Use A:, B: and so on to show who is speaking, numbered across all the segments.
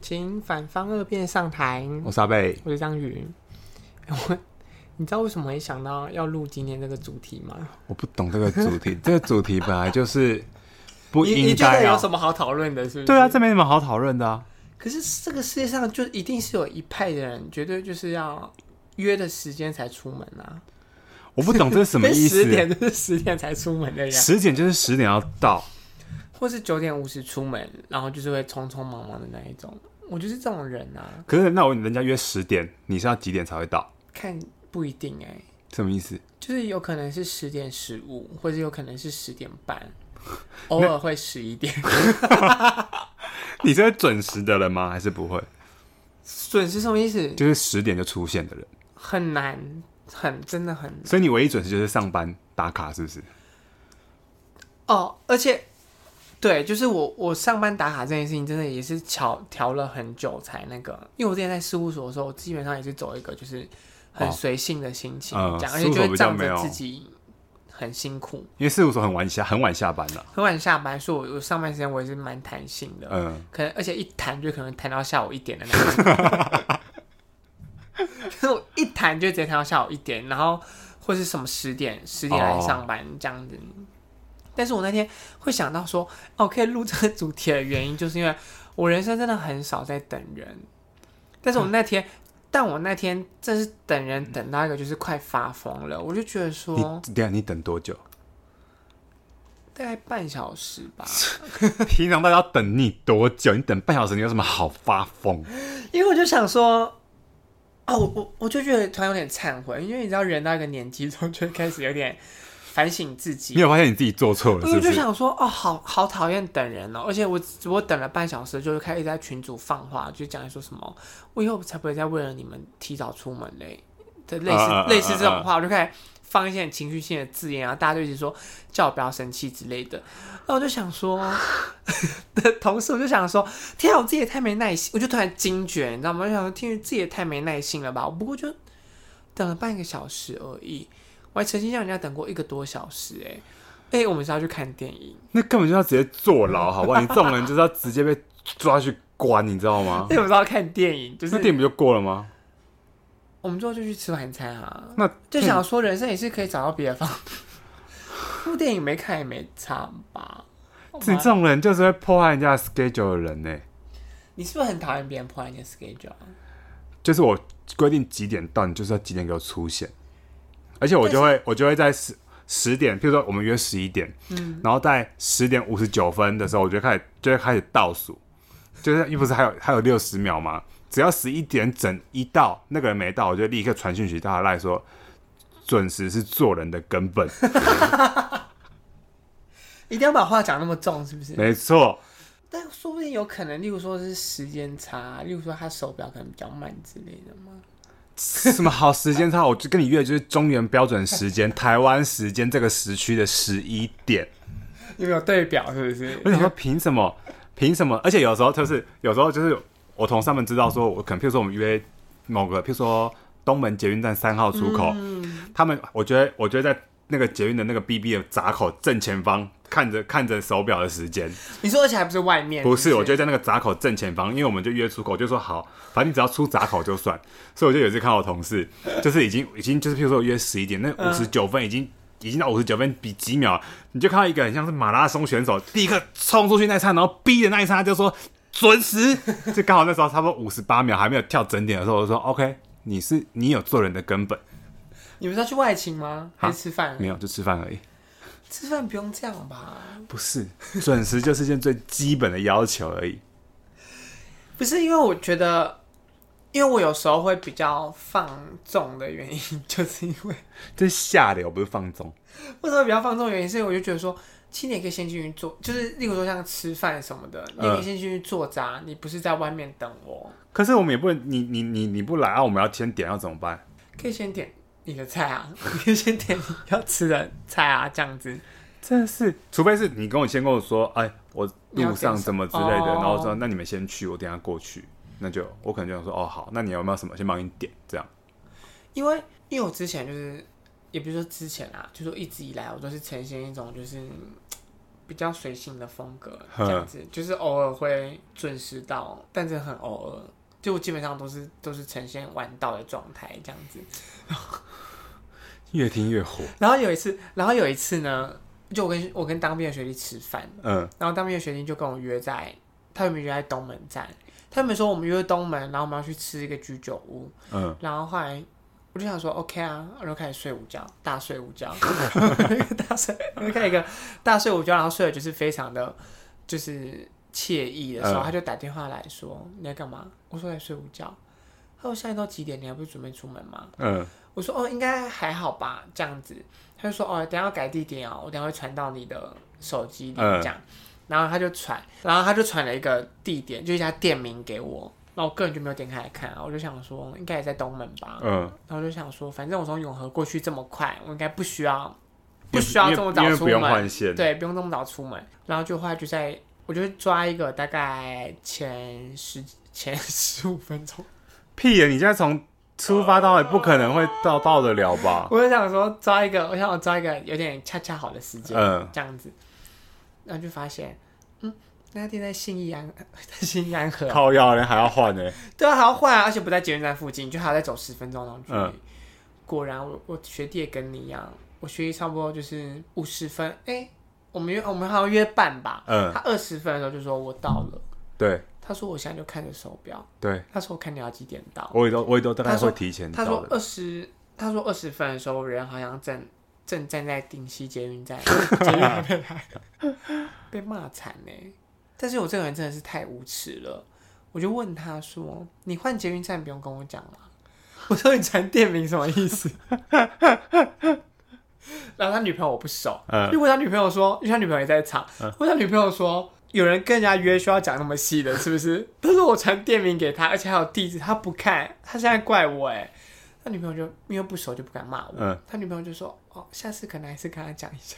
A: 请反方二辩上台。
B: 我是阿贝，
A: 我是张宇。哎我，你知道为什么会想到要录今天这个主题吗？
B: 我不懂这个 主题，这个主题本来就是不
A: 你你
B: 应
A: 觉得
B: 该
A: 有
B: 啊。
A: 什么好讨论的？是不是？
B: 对啊，这没什么好讨论的啊。
A: 可是这个世界上就一定是有一派的人，绝对就是要约的时间才出门啊。
B: 我不懂这是什么
A: 跟
B: 意思。
A: 十点就是十点才出门的人，
B: 十点就是十点要到，
A: 或是九点五十出门，然后就是会匆匆忙忙的那一种。我就是这种人啊，
B: 可是那我人家约十点，你是要几点才会到？
A: 看不一定哎、
B: 什么意思？
A: 就是有可能是十点十五，或者有可能是十点 半，偶尔会十一点，
B: 你是会准时的人吗？还是不会？
A: 准时什么意思？
B: 就是十点就出现的人，
A: 很难，很真的很难
B: 所以你唯一准时就是上班打卡，是不是？
A: 哦。而且，对，就是我我上班打卡这件事情，真的也是调调了很久才那个，因为我之前在事务所的时候，我基本上也是走一个就是很
B: 哦
A: 随性的心情
B: 呃
A: 这样，而
B: 事
A: 且
B: 务
A: 就
B: 所
A: 会
B: 比较
A: 仗
B: 没
A: 着
B: 有
A: 自己很辛苦，
B: 因为事务所很晚下很晚下班啊了、
A: 很晚下班，所以我我上班时间我也是蛮弹性的。
B: 嗯，
A: 可能而且一弹就可能弹到下午一点的那种，就是我一弹就直接弹到下午一点，然后或是什么十点十点来上班这样子。但是我那天会想到说，哦，可以录这个主题的原因，就是因为我人生真的很少在等人，但是我那天。但我那天真是等人等到一个就是快发疯了，我就觉得
B: 你
A: 说
B: 等一下你等多久？
A: 大概半小时吧，
B: 平常大家要等你多久？你等半小时，你有什么好发疯？
A: 因为我就想说，哦，我我我就觉得突然有点忏悔，因为你知道人到一个年纪之后就会开始有点反省自
B: 你
A: 己。
B: 有发现你自己做错了，是
A: 我
B: 不？
A: 就是想说，哦，好好讨厌等人哦，而且我只我等了半小时，就是开始在群组放话，就讲说什么，我以后才不会再为了你们提早出门嘞的类似、
B: 啊啊啊
A: 类似这种话，我就开始放一些很情绪性的字眼，然啊后大家就一直说叫我不要生气之类的。那我就想说， 的同时我就想说，天啊，我自己也太没耐心，我就突然惊觉，你知道吗？我就想说，天，啊自己也太没耐心了吧？我不过就等了半个小时而已，我还曾经让人家等过一个多小时、欸，哎，哎，我们是要去看电影，
B: 那根本就要直接坐牢，好不好？你这种人就是要直接被抓去关，你知道吗
A: 哎、？我们是要看电影，就
B: 哦那
A: 是
B: 电影不就过了吗？
A: 我们之后就去吃晚餐啊。
B: 那
A: 就想说，人生也是可以找到别的方法。部电影没看也没差吧？
B: 你这种人就是会破坏人家的 schedule 的人呢、
A: 你是不是很讨厌别人破坏你的 schedule？啊
B: 就是我规定几点到，你就是要几点给我出现，而且我就会我就会在十十点，譬如说我们约十一点，嗯，然后在十点五十九分的时候，我就开始就会开始倒数，就是因为不是还有还有六十秒吗？只要十一点整一到，那个人没到，我就立刻传讯息到他赖说，准时是做人的根本，
A: 一定要把话讲那么重，是不是？
B: 没错。
A: 但说不定有可能，例如说是时间差，例如说他手表可能比较慢之类的嘛。
B: 什么好时间差？我就跟你约，就是中原标准时间、台湾时间这个时区的十一点。
A: 你们有对表是不是？
B: 我想说，凭什么？凭什么？而且有时候就是，有时候就是我同事他们知道说，我可能譬如说我们约某个，譬如说东门捷运站三号出口，他们我觉得，我觉得在那个捷运的那个 BB 的闸口正前方看着看着手表的时间，
A: 你说而且还不是外面？
B: 不是，我
A: 觉
B: 就
A: 得
B: 在那个闸口正前方，因为我们就约出口，就说好，反正你只要出闸口就算。所以我就有一次看我同事，就是已经已经就是，譬如说约十一点，那五十九分已经、已经到五十九分比几秒，你就看到一个很像是马拉松选手，立刻冲出去那一刹，然后逼的那一刹就说准时， 就刚好那时候差不多五十八秒还没有跳整点的时候，我就说 OK，你是你有做人的根本，
A: 你们是要去外勤吗？还是吃饭？啊
B: 没有就吃饭而已。
A: 吃饭不用这样吧？
B: 不是，准时就是一件最基本的要求而已。
A: 不是因为我觉得，因为我有时候会比较放纵的原因， 就是因为
B: 这是下流，不是放纵。
A: 为什么比较放纵？原因是我就觉得说，七点可以先进去做，就是例如说像吃饭什么的，你也可以嗯先进去做渣，你不是在外面等我，
B: 可是我们也不能，你你你你不来啊，我们要先点要怎么办？
A: 可以先点你的菜啊，你可以先点你要吃的菜啊，这样子。
B: 真的是，除非是你跟我先跟我说，哎，我路上怎么之类
A: 你要
B: 的，
A: 点什么
B: 然后我说那你们先去，我等一下过去，那就我可能就想说，哦好，那你有没有什么先帮你点这样？
A: 因为因为我之前就是，也不是说之前啊，就说一直以来我都是呈现一种就是比较随性的风格，
B: 嗯
A: 这样子就是偶尔会准时到，但是很偶尔，就我基本上都是都是呈现晚到的状态这样子。
B: 越听越火。
A: 然后有一次，然后有一次呢，就我跟我跟当兵的学弟吃饭，
B: 嗯，
A: 然后当兵的学弟就跟我约在，他们约在东门站，他们说我们约东门，然后我们要去吃一个居酒屋，
B: 嗯，
A: 然后后来我就想说 OK 啊，然后开始睡午觉，大睡午觉，大睡，我就开一个大睡午觉，然后睡的就是非常的，就是惬意的时候，
B: 嗯
A: 他就打电话来说你在干嘛？我说在睡午觉。他说现在都几点？你还不是准备出门吗？
B: 嗯，
A: 我说哦，应该还好吧，这样子。他就说哦，等一下要改地点哦，我等一下会传到你的手机里
B: 嗯
A: 这样。然后他就传，然后他就传了一个地点，就一家店名给我。那我个人就没有点开来看啊，我就想说应该也在东门吧。
B: 嗯，
A: 然后我就想说，反正我从永和过去这么快，我应该不需要不
B: 因为
A: 需要
B: 因为
A: 这么早
B: 因为
A: 出
B: 不用
A: 门
B: 换线。
A: 对，不用这么早出门。然后就后来就在，我就抓一个大概前十前十五分钟。
B: 屁耶！你现在从出发到也不可能会到到得了吧？
A: 我就想说抓一个，我想我抓一个有点恰恰好的时间，
B: 嗯
A: 这样子，然后就发现，嗯，那家店在信义安， 在信义安和，
B: 靠腰人还要换呢。
A: 对啊，还要换啊，而且不在捷运站附近，就还要再走十分钟那种距离。
B: 嗯
A: 果然我，我学弟也跟你一样，我学弟差不多就是五十分，哎、我们约我们好像约半吧，
B: 嗯
A: 他二十分的时候就说我到了，
B: 对
A: 他说我现在就看着手表，
B: 对，
A: 他说我看你要几点到，
B: 我也都我也都大概
A: 他说
B: 会提前
A: 他
B: 到
A: 说
B: 的。
A: 二十，他说二十分的时候，人好像正正站在顶溪捷运站， 捷运还没来， 被骂惨呢。但是我这个人真的是太无耻了，我就问他说：“你换捷运站不用跟我讲了。”啊 我说：“你传店名什么意思？” 然后他女朋友我不熟，
B: 嗯
A: 就问他女朋友说，因为他女朋友也在场，问他女朋友说，有人跟人家约需要讲那么细的，是不是？ 他说我传店名给他，而且还有地址，他不看，他现在怪我哎。他女朋友就因为不熟就不敢骂我，
B: 嗯
A: 他女朋友就说哦，下次可能还是跟他讲一 下。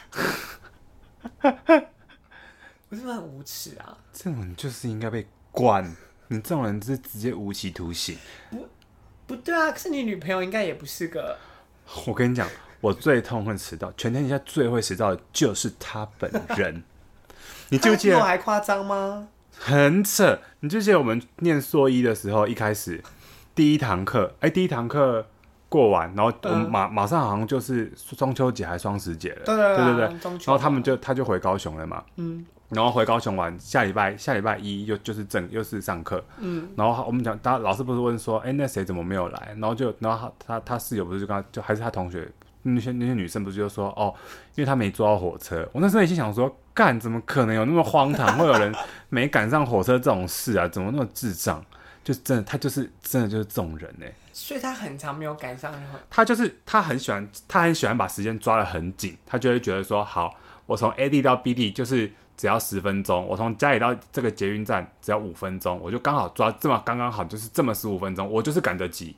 A: 我是不是很无耻啊？
B: 这种人就是应该被关，你这种人是直接无期徒刑。
A: 不对啊，可是你女朋友应该也不是个
B: 我跟你讲，我最痛恨迟到，全天底下最会迟到的就是他本 人。你记不记
A: 她比我
B: 得
A: 还夸张吗？
B: 很扯？你记不记得我们念硕一的时候，一开始第一堂课，哎、第一堂课过完，然后我们
A: 嗯
B: 马、马上好像就是中秋节还是双十节了，
A: 对对
B: 对对
A: 对
B: 对
A: 啊，中
B: 然
A: 秋
B: 后他们就他就回高雄了嘛，
A: 嗯
B: 然后回高雄玩，下礼拜下礼拜一又就是正又是上课，
A: 嗯
B: 然后我们讲，大家老师不是问说，哎、那谁怎么没有来？然后就，然后他他他室友不是就跟他就还是他同学那些那些女生不是就说，哦，因为他没坐到火车。我那时候也心想说，干怎么可能有那么荒唐，会有人没赶上火车这种事啊？怎么那么智障？就真的他就是真的就是这种人呢、
A: 所以他很长没有赶上任何
B: 他就是他很喜欢，他很喜欢把时间抓得很紧，他就会觉得说，好，我从 A 地到 B 地就是只要十分钟，我从家里到这个捷运站只要五分钟，我就刚好抓这么刚刚好，就是这么十五分钟，我就是赶得及。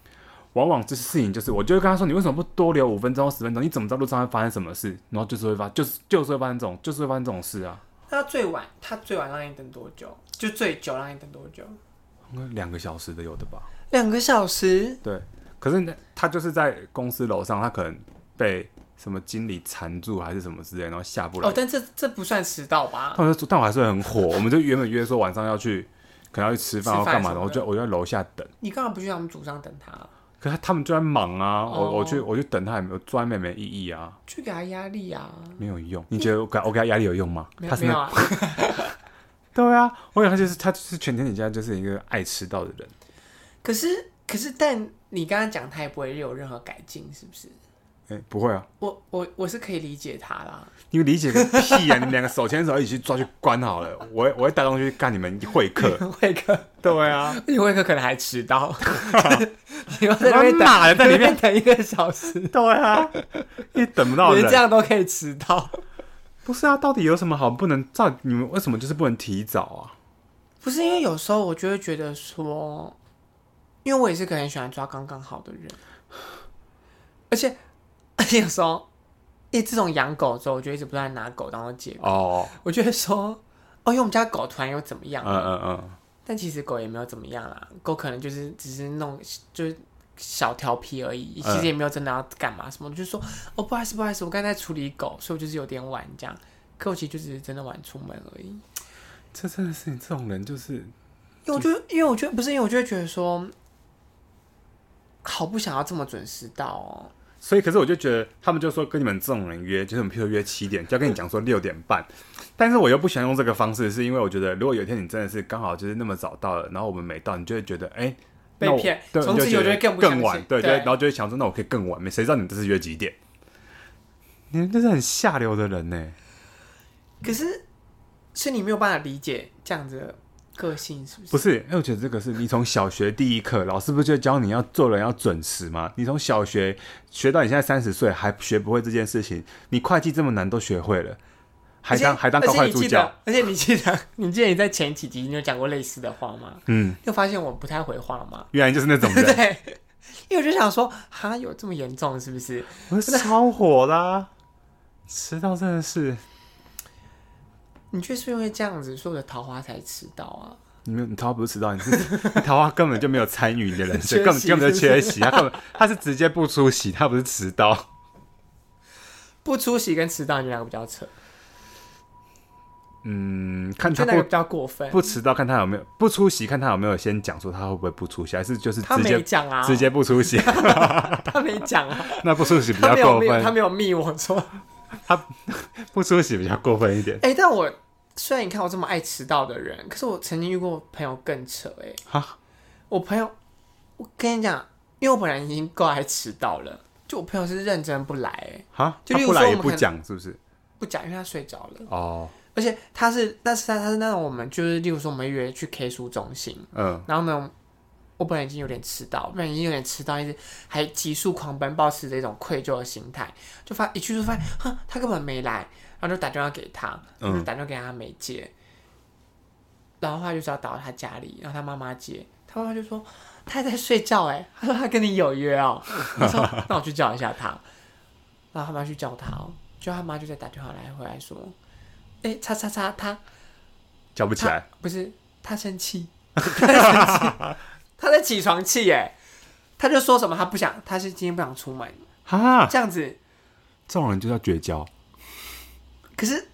B: 往往这事情就是，我就会跟他说，你为什么不多留五分钟、十分钟？你怎么知道路上会发生什么事？然后就是会发，就是就是会发生这种，就是会发生这种事啊。
A: 那他最晚，他最晚让你等多久？就最久让你等多久？
B: 两个小时的有的吧。
A: 两个小时。
B: 对，可是呢他就是在公司楼上，他可能被什么经理缠住还是什么之类，然后下不来
A: 哦，。但这这不算迟到吧？
B: 他们说，但我还是很火。我们就原本约说晚上要去，可能要去吃饭
A: 吃
B: 要
A: 饭
B: 干嘛，
A: 什
B: 然
A: 么
B: 后
A: 的
B: 就我就在楼下等。
A: 你干嘛不去他们组上等他？
B: 可是他们就在忙啊，
A: 哦
B: 我我去我去等他也没有，坐在那也没意义啊，
A: 去给他压力啊？
B: 没有用。你觉得我给他我给他压力有用 吗？
A: 没
B: 他
A: 有
B: 是
A: 没有
B: 那
A: 啊？
B: 对啊，我想他就是他就是全天底下就是一个爱迟到的人。
A: 可是可是，但你刚刚讲他也不会有任何改进，是不是？
B: 哎、不会啊，
A: 我我我是可以理解他 啦。
B: 你们理解个屁啊！你们两个手牵手一起去抓去关好了，我会我会带东西去干你们会 客。
A: 慧哥，
B: 对啊，
A: 你慧哥可能还迟 到，你要在那边等，
B: 他妈的在里面
A: 面 等一个小时，
B: 对啊，也等不到
A: 连
B: 人。
A: 这样都可以迟到。
B: 不是啊，到底有什么好不能？照你们为什么就是不能提早啊？
A: 不是因为有时候我就会觉得说，因为我也是个很喜欢抓刚刚好的人，而且 而且有时候，因为自从养狗之后，我就一直不断拿狗当做借口，
B: 哦，
A: 我就会说，哦，因为我们家狗突然又怎么样
B: 嗯
A: 了，
B: 嗯嗯。
A: 但其实狗也没有怎么样啦，狗可能就是只是弄就是。小调皮而已，其实也没有真的要干嘛什么。我就说，哦，不好意思，不好意思，我刚才在处理狗，所以我就是有点晚这样。可我其实就只是真的晚出门而已。
B: 这真的是你这种人，就是
A: 因为我就因为我觉得不是，因为我就会觉得说，好不想要这么准时到哦。
B: 所以，可是我就觉得他们就说跟你们这种人约，就是我们譬如约七点，就要跟你讲说六点半， 但是我又不喜欢用这个方式，是因为我觉得如果有一天你真的是刚好就是那么早到了，然后我们没到，你就会觉得哎、
A: 被
B: 那我
A: 骗
B: 对，
A: 从
B: 你
A: 此以后
B: 觉得
A: 就会更不相
B: 更
A: 信
B: 晚，
A: 对
B: 对，就会然后就会想说那我可以更晚，没谁知道你们这是约几 点？你们真是很下流的人呢。
A: 可是，是你没有办法理解这样子的个性，是不是？
B: 不是，因为我觉得这个是你从小学第一课，老师不就教你要做人要准时吗？你从小学学到你现在三十岁还学不会这件事情，你会计这么难都学会了，还当还当
A: 而
B: 高
A: 且
B: 快
A: 你
B: 助
A: 记
B: 教
A: 得，，而且你记得，你记得你在前几集你有讲过类似的话吗？
B: 嗯，
A: 你有发现我不太回话吗？
B: 原来就是那种人，
A: 对，因为我就想说，哈，有这么严重是不是？
B: 我是超火啦、迟到真的是，
A: 你就是因为这样子，所以我的桃花才迟到啊。
B: 你没有，你桃花不是迟到，你是 你桃花根本就没有参与你的人生，
A: 缺席
B: 根本根本就是
A: 不
B: 缺
A: 是
B: 席，他根本他是直接不出席，他不是迟到，
A: 不出席跟迟到，你们两个比较扯，
B: 嗯，看
A: 就
B: 他
A: 那个
B: 不
A: 比较过分。
B: 不迟到，看他有没有不出席，看他有没有先讲说他会不会不出席，还是就是
A: 他
B: 直
A: 没
B: 接
A: 讲啊，
B: 直接不 出席，
A: 他没讲啊，
B: 那不出 席比
A: 他
B: 较
A: 没有
B: 过
A: 密，他
B: 分，
A: 没有密我说。
B: 不出席比较过分一点。
A: 哎、但我虽然你看我这么爱迟到的人，可是我曾经遇过朋友更扯哎、
B: 哈，
A: 我朋友，我跟你讲，因为我本来已经够爱迟到了，就我朋友是认真不来、欸，
B: 哈，
A: 就
B: 他
A: 例如
B: 不来
A: 说
B: 也
A: 我们
B: 不
A: 可能
B: 讲，是不是？
A: 不讲，因为他睡着了。
B: 哦，
A: 而且他是，但是他他是那种我们就是，例如说我们约去 K 书中心，
B: 嗯，
A: 然后呢，我本来已经有点迟到，本来已经有点迟到，一直还急速狂奔，抱持着一种愧疚的心态，就发一去就发现，哼，他根本没来，然后就打电话给他，
B: 嗯
A: 就打电话给他他没接，然后他就知道打到他家里，然后他妈妈接，他妈妈就说他还在睡觉哎、欸，他说他跟你有约哦、 我说那我去叫一下他，然后他妈去叫他哦、就他妈就在打电话来回来说，哎、叉叉叉他
B: 叫不起来
A: 他，不是他生气， 他在生气，他在起床气耶，他就说什么他不想，他是今天不想出门
B: 哈，
A: 这样子。
B: 这种人就叫绝交。
A: 可是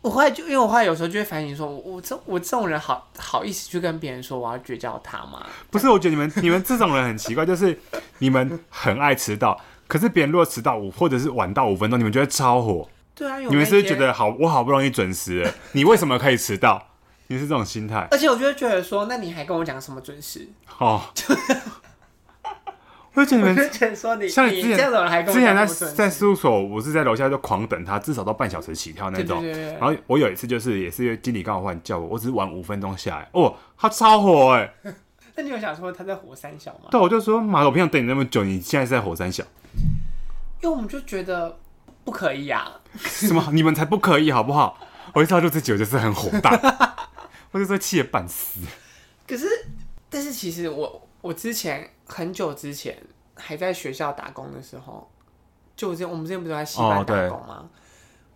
A: 我后来就因为我后来有时候就会反省说，我我这我这种人好好意思去跟别人说我要绝交他吗？
B: 不是，我觉得你们你们这种人很奇怪，就是你们很爱迟到，可是别人如果迟到五或者是晚到五分钟，你们觉得超火，
A: 对啊，因为我
B: 你们是不
A: 那
B: 是
A: 天
B: 觉，得好，我好不容易准时了，你为什么可以迟到？你是这种心态
A: 而且我就会觉得说，那你还跟我讲什么准时？
B: 哦。我就觉得
A: 我
B: 你
A: 就
B: 们
A: 觉得说你
B: 像
A: 你
B: 你之前
A: 这种人还跟
B: 之
A: 我
B: 前
A: 讲
B: 在
A: 什么
B: 在
A: 准时？
B: 事务所，我是在楼下就狂等他，至少到半小时起跳那
A: 对对
B: 种。
A: 对对
B: 然后我有一次就是也是因为经理刚好换叫我，我只是晚五分钟下来，哦，他超火哎、
A: 那你有想说他在火三小吗？
B: 对，我就说妈的，我平常等你那么久，你现在是在火山小。
A: 因为我们就觉得不可以啊，
B: 什么？你们才不可以，好不好？我一知道就这集，我就是很火大， 我就说气得半死。
A: 可是，但是其实我我之前很久之前还在学校打工的时候，就我之前我们之前不是在戏班
B: 哦
A: 打
B: 对
A: 工吗？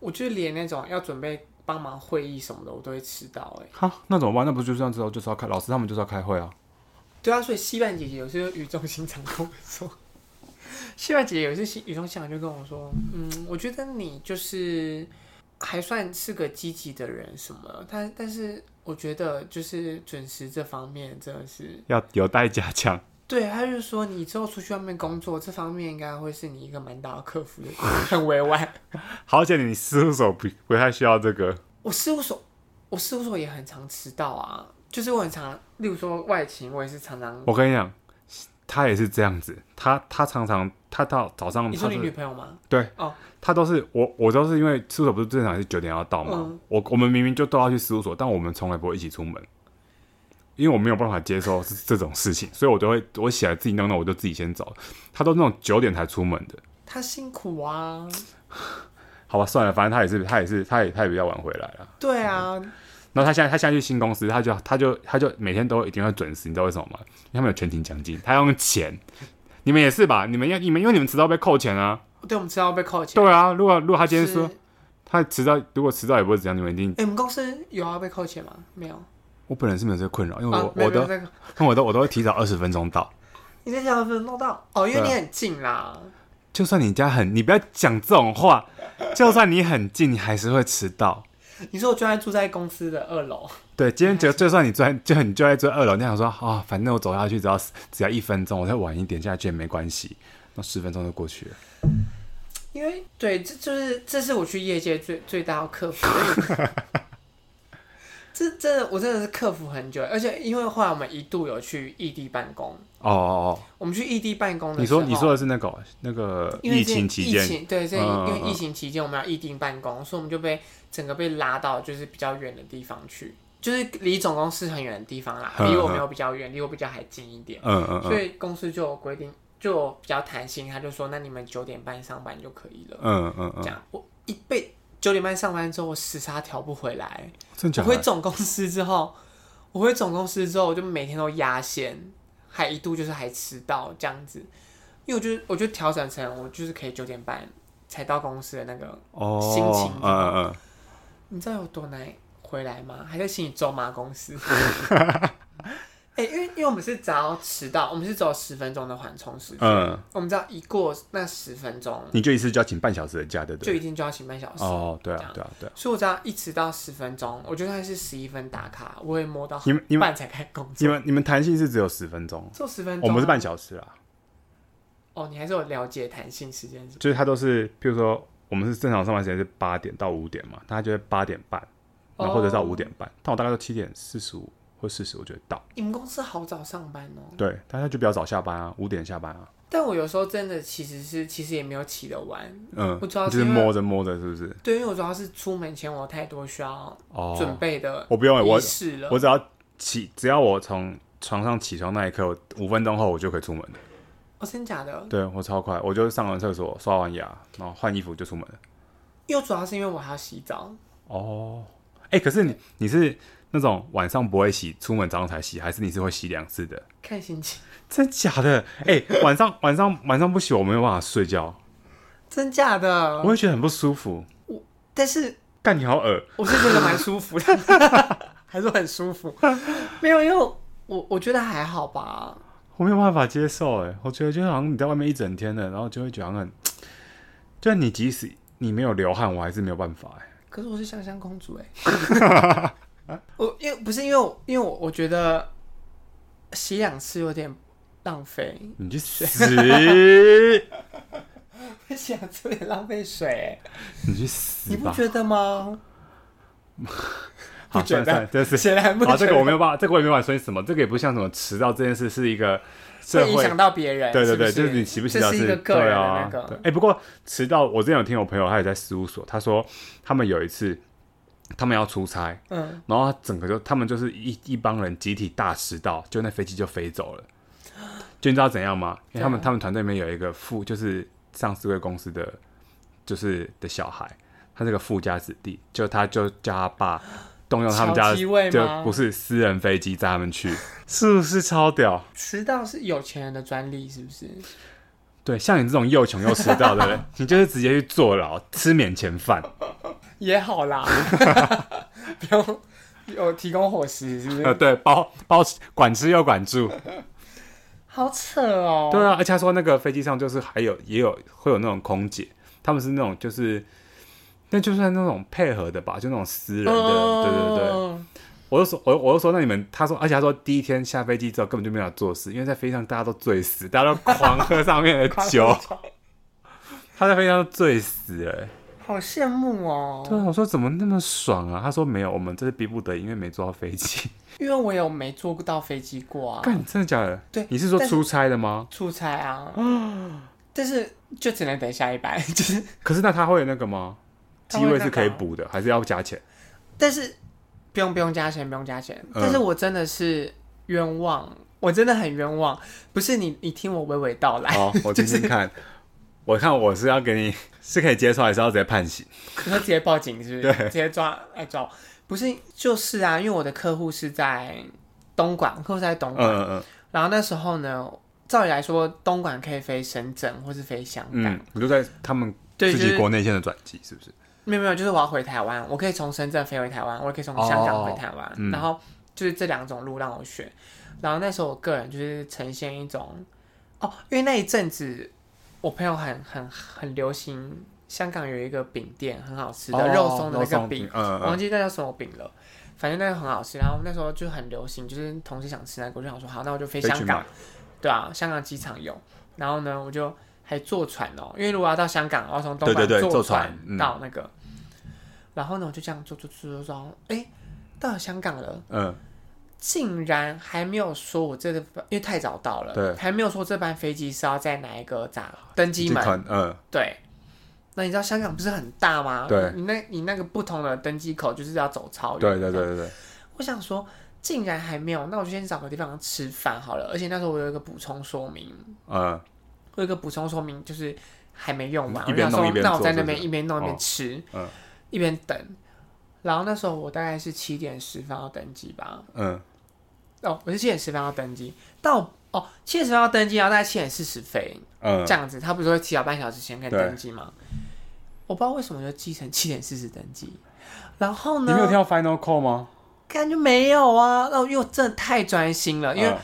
A: 我就连那种要准备帮忙会议什么的，我都会迟到、欸。哎，
B: 哈，那怎么办？那不就这样子哦？就是要开老师他们就是要开会啊。
A: 对啊，所以戏班姐姐有时候语重心长跟我说， 戏班姐姐有时候语重心长就跟我说，嗯，我觉得你就是还算是个积极的人什么，但但是我觉得就是准时这方面真的是。
B: 要有待加强。
A: 对，他就说你之后出去外面工作，这方面应该会是你一个蛮大的克服的，很委婉。
B: 好险，你事务所不不太需要这个。
A: 我事务所，我事务所也很常迟到啊，就是我很常，例如说外勤，我也是常常。
B: 我跟你讲，他也是这样子。他他常常他到早上，
A: 你
B: 嗯他
A: 说你女
B: 是
A: 朋友吗？
B: 对
A: 哦，
B: 他都是我我都是因为事务所不是正常是九点要到嘛，
A: 嗯
B: 我我们明明就都要去事务所，但我们从来不会一起出门。因为我没有办法接受 这这种事情，所以我都会我起来自己弄弄，我就自己先走。他都那种九点才出门的，
A: 她辛苦啊。
B: 好吧，算了，反正他也是，他也是，他也他也比较晚回来了。
A: 对啊，
B: 嗯然后他现在他现在去新公司，他就他就他就每天都一定会准时，你知道为什么吗？因为他们有全勤奖金，他要用钱。你们也是吧？你们要你们因为你们迟到被扣钱啊。
A: 对我们迟到被扣钱。
B: 对啊，如果如果他今天说
A: 是
B: 他迟到，如果迟到也不会怎样，你们一定
A: 哎、你们公司有要被扣钱吗？没有
B: 我本人是没有这个困扰，因为嗯我、
A: 啊，没有
B: 我
A: 没有
B: 都
A: 这个。
B: 我都我都会提早二十分钟到。
A: 你在讲分弄到哦，因为
B: 对啊
A: 你很近啦。
B: 就算你家很，你不要讲这种话，就算你很近，你还是会迟到。
A: 你说我就算住在公司的二楼，
B: 对，今天就就算你坐在就你就在坐二楼，你想说啊、反正我走下去只要只要一分钟，我再晚一点下去也没关系，那十分钟就过去了。
A: 因为对，这就是这是我去业界最最大要克服 的一个。这真的，我真的是克服很久，而且因为后来我们一度有去异地办公，
B: 哦哦
A: 我们去异地办公
B: 哦，
A: 的
B: 你
A: 时候，
B: 说你说的是那个那个
A: 因为
B: 疫
A: 这
B: 情期
A: 疫
B: 间，
A: 情对，这
B: 嗯
A: 因为
B: 嗯
A: 疫情期间我们要异地办公，所以我们就被整个被拉到就是比较远的地方去，就是离总公司很远的地方啦，
B: 嗯
A: 离我
B: 嗯
A: 没有比较远，离我比较还近一点，
B: 嗯嗯
A: 所
B: 嗯
A: 以公司就有规定，就有比较弹性，他就说那你们九点半上班就可以了，
B: 嗯嗯
A: 这
B: 嗯，
A: 样我一被九点半上班之后，我时差调不回来，
B: 真
A: 我
B: 假
A: 回
B: 的？
A: 总公司之后，我回总公司之后，我就每天都压线，还一度就是还迟到这样子，因为我就是我就调整成我就是可以九点半才到公司的那个，
B: 哦，
A: 心情
B: 嗯嗯嗯，
A: 你知道有多难回来吗？还在心里咒骂公 司。哎、因为因为我们是只要迟到，我们是只有十分钟的缓冲时间，
B: 嗯
A: 我们只要一过那十分钟，
B: 你就一次就要请半小时的假，对不
A: 就
B: 对？
A: 一定就要请半小时。
B: 哦，对
A: 这
B: 啊
A: 样，
B: 对啊，对啊。
A: 所以我只要一迟到十分钟，我就算是十一分打卡，我也摸到
B: 你们你们
A: 半才开始工
B: 你
A: 作。
B: 们你们弹性是只有十分钟，
A: 做十分钟啊，
B: 我们是半小时啦，
A: 哦，你还是有了解弹性时间是吧
B: 就是它都是，譬如说我们是正常上班时间是八点到五点嘛，它就会八点半，然后或者到
A: 哦
B: 五点半，但我大概都七点四十五或四十，我觉得到。
A: 你们公司好早上班哦，
B: 对，大家就比较早下班啊，五点下班啊，
A: 但我有时候真的其实是其实也没有起得晚，
B: 嗯，
A: 我知道
B: 就是是
A: 因为
B: 摸着摸着，是不是？
A: 对，因为我主要是出门前我有太多需要
B: 哦，
A: 准备的
B: 我不用欸，我
A: 仪式了。
B: 我只要起，只要我从床上起床那一刻，我五分钟后我就可以出门了。
A: 哦，真假的？
B: 对我超快，我就上完厕所，刷完牙，然后换衣服就出门了。
A: 又主要是因为我还要洗澡，
B: 哦，哎、可是你你是那种晚上不会洗，出门早上才洗，还是你是会洗两次的？
A: 看心情。
B: 真假的？哎、晚上晚上晚上不洗，我没有办法睡觉，
A: 真假的
B: 我？会觉得很不舒服。
A: 但是
B: 干你好恶，
A: 我是觉得蛮舒服的， 还是很舒服。没有，因为我我觉得还好吧。
B: 我没有办法接受。哎，我觉得就好像你在外面一整天了，然后就会觉得好像很，就你即使你没有流汗，我还是没有办法。哎，
A: 可是我是香香公主哎、 我因为不是因为我因为我我觉得洗两次有点浪费，
B: 你 去死，
A: 洗两次有点浪费水、欸，
B: 你去死
A: 你不
B: 吧！
A: 觉得吗？
B: 好，
A: 不觉得
B: 算了算了，真是
A: 显然不觉
B: 啊，
A: 得
B: 这个我没有办法，这个我也没办法说什么，这个也不像什么迟到这件事是一个社
A: 会影
B: 会
A: 响到别人，
B: 对对
A: 是不
B: 对，
A: 是
B: 就是你洗不洗澡
A: 这是一个个
B: 对
A: 人的
B: 啊
A: 那个，
B: 对哎、不过迟到，我之前有听我朋友，他也在事务所，他说他们有一次，他们要出差，
A: 嗯，
B: 然后他整个就他们就是一一帮人集体大迟到，就那飞机就飞走了。就你知道怎样吗？因为他们
A: 对啊
B: 他们团队里面有一个副，就是上市贵公司的，就是的小孩，他是个富家子弟，就他就叫他爸动用他们家
A: 小
B: 的，
A: 机位
B: 就
A: 吗
B: 不是私人飞机载他 们去，是不是超屌？
A: 迟到是有钱人的专利，是不是？
B: 对，像你这种又穷又迟到的 人，你就是直接去坐牢，吃免钱饭。
A: 也好 啦， 不用有提供伙食，是不是？
B: 呃，对，包包吃管吃又管住。
A: 好扯哦。
B: 对啊，而且他说那个飞机上就是还有也有会有那种空姐，他们是那种就是，那就算那种配合的吧，就那种私人的。对对对，
A: 嗯
B: 我就说，我我就说那你们，他说，而且他说第一天下飞机之后根本就没有做事，因为在飞机上大家都醉死，大家都狂喝上面的酒，他在飞机上醉死了欸、
A: 好羡慕哦。
B: 对啊，我说怎么那么爽啊？他说没有，我们这是逼不得已，因为没坐到飞机。
A: 因为我有没坐到飞机过啊，
B: 干，真的假的？
A: 对
B: 你是说
A: 但是
B: 出差的吗？
A: 出差啊，但是就只能等下一班， 就是，
B: 可是那他会有那个吗？
A: 他
B: 机
A: 会
B: 位
A: 那
B: 是可以
A: 个啊
B: 补的，还是要 加钱？
A: 但是不用不用加钱，不用加钱，
B: 嗯
A: 但是我真的是冤枉，我真的很冤枉，不是你，你听我娓娓道来，
B: 好，哦我听听看。我看我是要给你是可以接受，还是要直接判刑？
A: 你说直接报警是不是？直接抓来抓我？不是，就是啊，因为我的客户是在东莞，客户是在东
B: 嗯
A: 莞，
B: 嗯嗯
A: 然后那时候呢，照理来说，东莞可以飞深圳或是飞香港，
B: 嗯，你就在他们
A: 对，
B: 自
A: 就是
B: 己国内线的转机，是不是？
A: 没有没有，就是我要回台湾，我可以从深圳飞回台湾，我也可以从香港回台湾，
B: 嗯
A: 然后就是这两种路让我选。然后那时候我个人就是呈现一种哦，因为那一阵子我朋友很很很流行，香港有一个饼店很好吃的、
B: 哦
A: 肉松的那
B: 肉
A: 个
B: 松
A: 饼哦
B: 饼，嗯嗯
A: 我忘记那叫什么饼了，反正那个很好吃。然后那时候就很流行，就是同事想吃那个，我就想说好，那我就飞
B: 可以
A: 香
B: 去
A: 港
B: 买，
A: 对啊，香港机场有。然后呢，我就还坐船哦、因为如果要到香港，我要从东
B: 对
A: 莞
B: 对对
A: 坐
B: 坐船嗯
A: 到那个。然后呢，我就这样坐坐坐坐坐，哎、到了香港了。
B: 嗯，
A: 竟然还没有说我这个，因为太早到了，
B: 对
A: 还没有说这班飞机是要在哪一个闸登机
B: 进
A: 门，
B: 团，嗯，
A: 对。那你知道香港不是很大吗？
B: 对
A: 你那你那个不同的登机口就是要走超远。
B: 对对对对对，
A: 我想说，竟然还没有，那我就先找个地方吃饭好了。而且那时候我有一个补充说明，
B: 嗯，
A: 我有一个补充说明就是还没用完，
B: 一边
A: 我就
B: 弄
A: 想说
B: 一边
A: 那我
B: 做
A: 在
B: 是
A: 那
B: 不
A: 边
B: 是
A: 一边弄一边
B: 哦
A: 吃，
B: 嗯
A: 一边等。然后那时候我大概是七点十分要登机吧，
B: 嗯，
A: 哦，我是七点十分要登机，到哦七点十分要登机，然后大概七点四十飞、
B: 嗯，
A: 这样子，他不是会提早半小时前开始
B: 对
A: 登机吗？我不知道为什么就记成七点四十登机，然后
B: 你
A: 呢，
B: 没有听到 final call 吗？
A: 感觉没有啊，那我因为我真的太专心了，呃因为
B: 嗯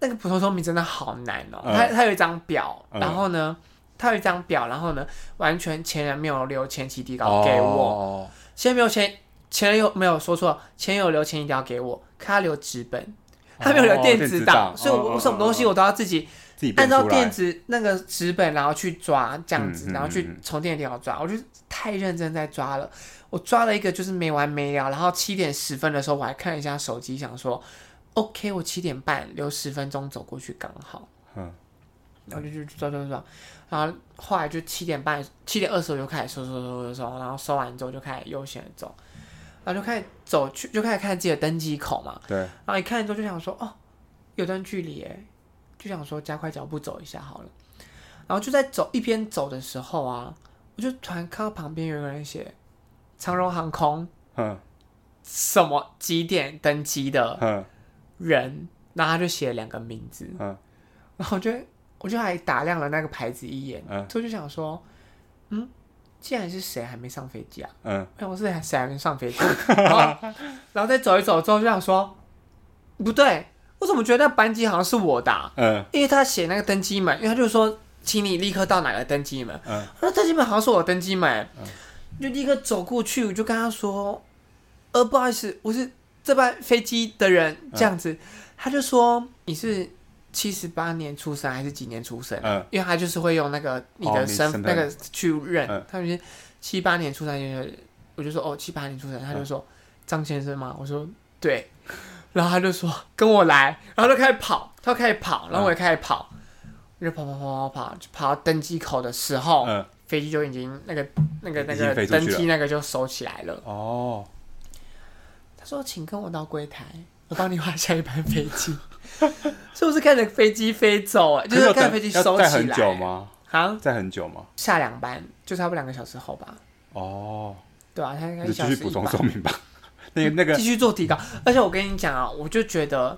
A: 那个普通说明真的好难哦、
B: 嗯
A: 它它有一张表，
B: 嗯
A: 然后呢，它有一张表，然后呢，完全前人没有留前期底稿给我，
B: 哦
A: 前人没有前前人有没有说错，前人有留前期底稿给我，可他留纸本，他没有留
B: 哦
A: 电
B: 电
A: 子
B: 子
A: 档，
B: 档
A: 所以
B: 哦
A: 我
B: 哦
A: 我什么东西
B: 哦哦
A: 我都要自己
B: 自己
A: 按
B: 变
A: 照
B: 出
A: 电
B: 来，
A: 子那个纸本，然后去抓这样子，
B: 嗯嗯
A: 然后去
B: 嗯嗯
A: 从电脑抓，我就太认真在抓了。我抓了一个就是没完没了，然后七点十分的时候我还看了一下手机，想说 OK，我七点半留十分钟走过去刚好，
B: 嗯，
A: 然后就去抓抓抓，然后后来就七点半七点二十我就开始收收收收收，然后收完之后就开始悠闲的走，然后就开始走去就开始看自己的登机口嘛，
B: 对，
A: 然后一看之后就想说，哦，有段距离哎，就想说加快脚步走一下好了。然后就在走一边走的时候啊，我就突然看到旁边有一个人写长荣航空
B: 嗯
A: 什么几点登机的
B: 嗯
A: 人，然后他就写了两个名字，
B: 嗯
A: 然后我就我就还打量了那个牌子一眼，
B: 嗯
A: 之后就想说，嗯，既然是谁还没上飞机啊？
B: 嗯，
A: 哎，我是谁还没上飞机？然后，然后再走一走之后，就想说，不对，我怎么觉得那班机好像是我的啊、
B: 嗯
A: 因为他写那个登机门，因为他就说，请你立刻到哪个登机门。
B: 嗯
A: 那登机门好像是我的登机门欸，就立刻走过去，我就跟他说，呃，不好意思，我是这班飞机的人，这样子。他就说你是七十八年出生还是几年出生？
B: 嗯
A: 因为他就是会用那个你
B: 哦
A: 的
B: 你
A: 身、
B: 身
A: 那
B: 份
A: 个去认，
B: 嗯
A: 他们是七八年出生，就是我就说哦七八年出生，他就说、张先生吗？我说对，然后他就说跟我来，然后就开始跑，他就开始跑，然后我也开始跑，我就跑跑跑跑跑，就跑到登机口的时候，
B: 嗯，
A: 飞机就已经那个那个那
B: 已经
A: 个
B: 飞出去
A: 登
B: 了
A: 机那个就收起来了。
B: 哦，
A: 他说：“请跟我到柜台，我帮你换下一班飞机。”所以我是看着飞机飞走，哎，就
B: 可
A: 是
B: 要
A: 看
B: 等
A: 飞机
B: 要
A: 收起
B: 在
A: 来。
B: 很久吗？
A: 好，
B: 在很久吗？
A: 下两班就差不多两个小时后吧，
B: 哦，
A: 对啊，他应该
B: 那
A: 一
B: 就
A: 小
B: 继
A: 时
B: 续补充
A: 一班
B: 说明吧。 那个那个
A: 继续做提高。而且我跟你讲啊，我就觉得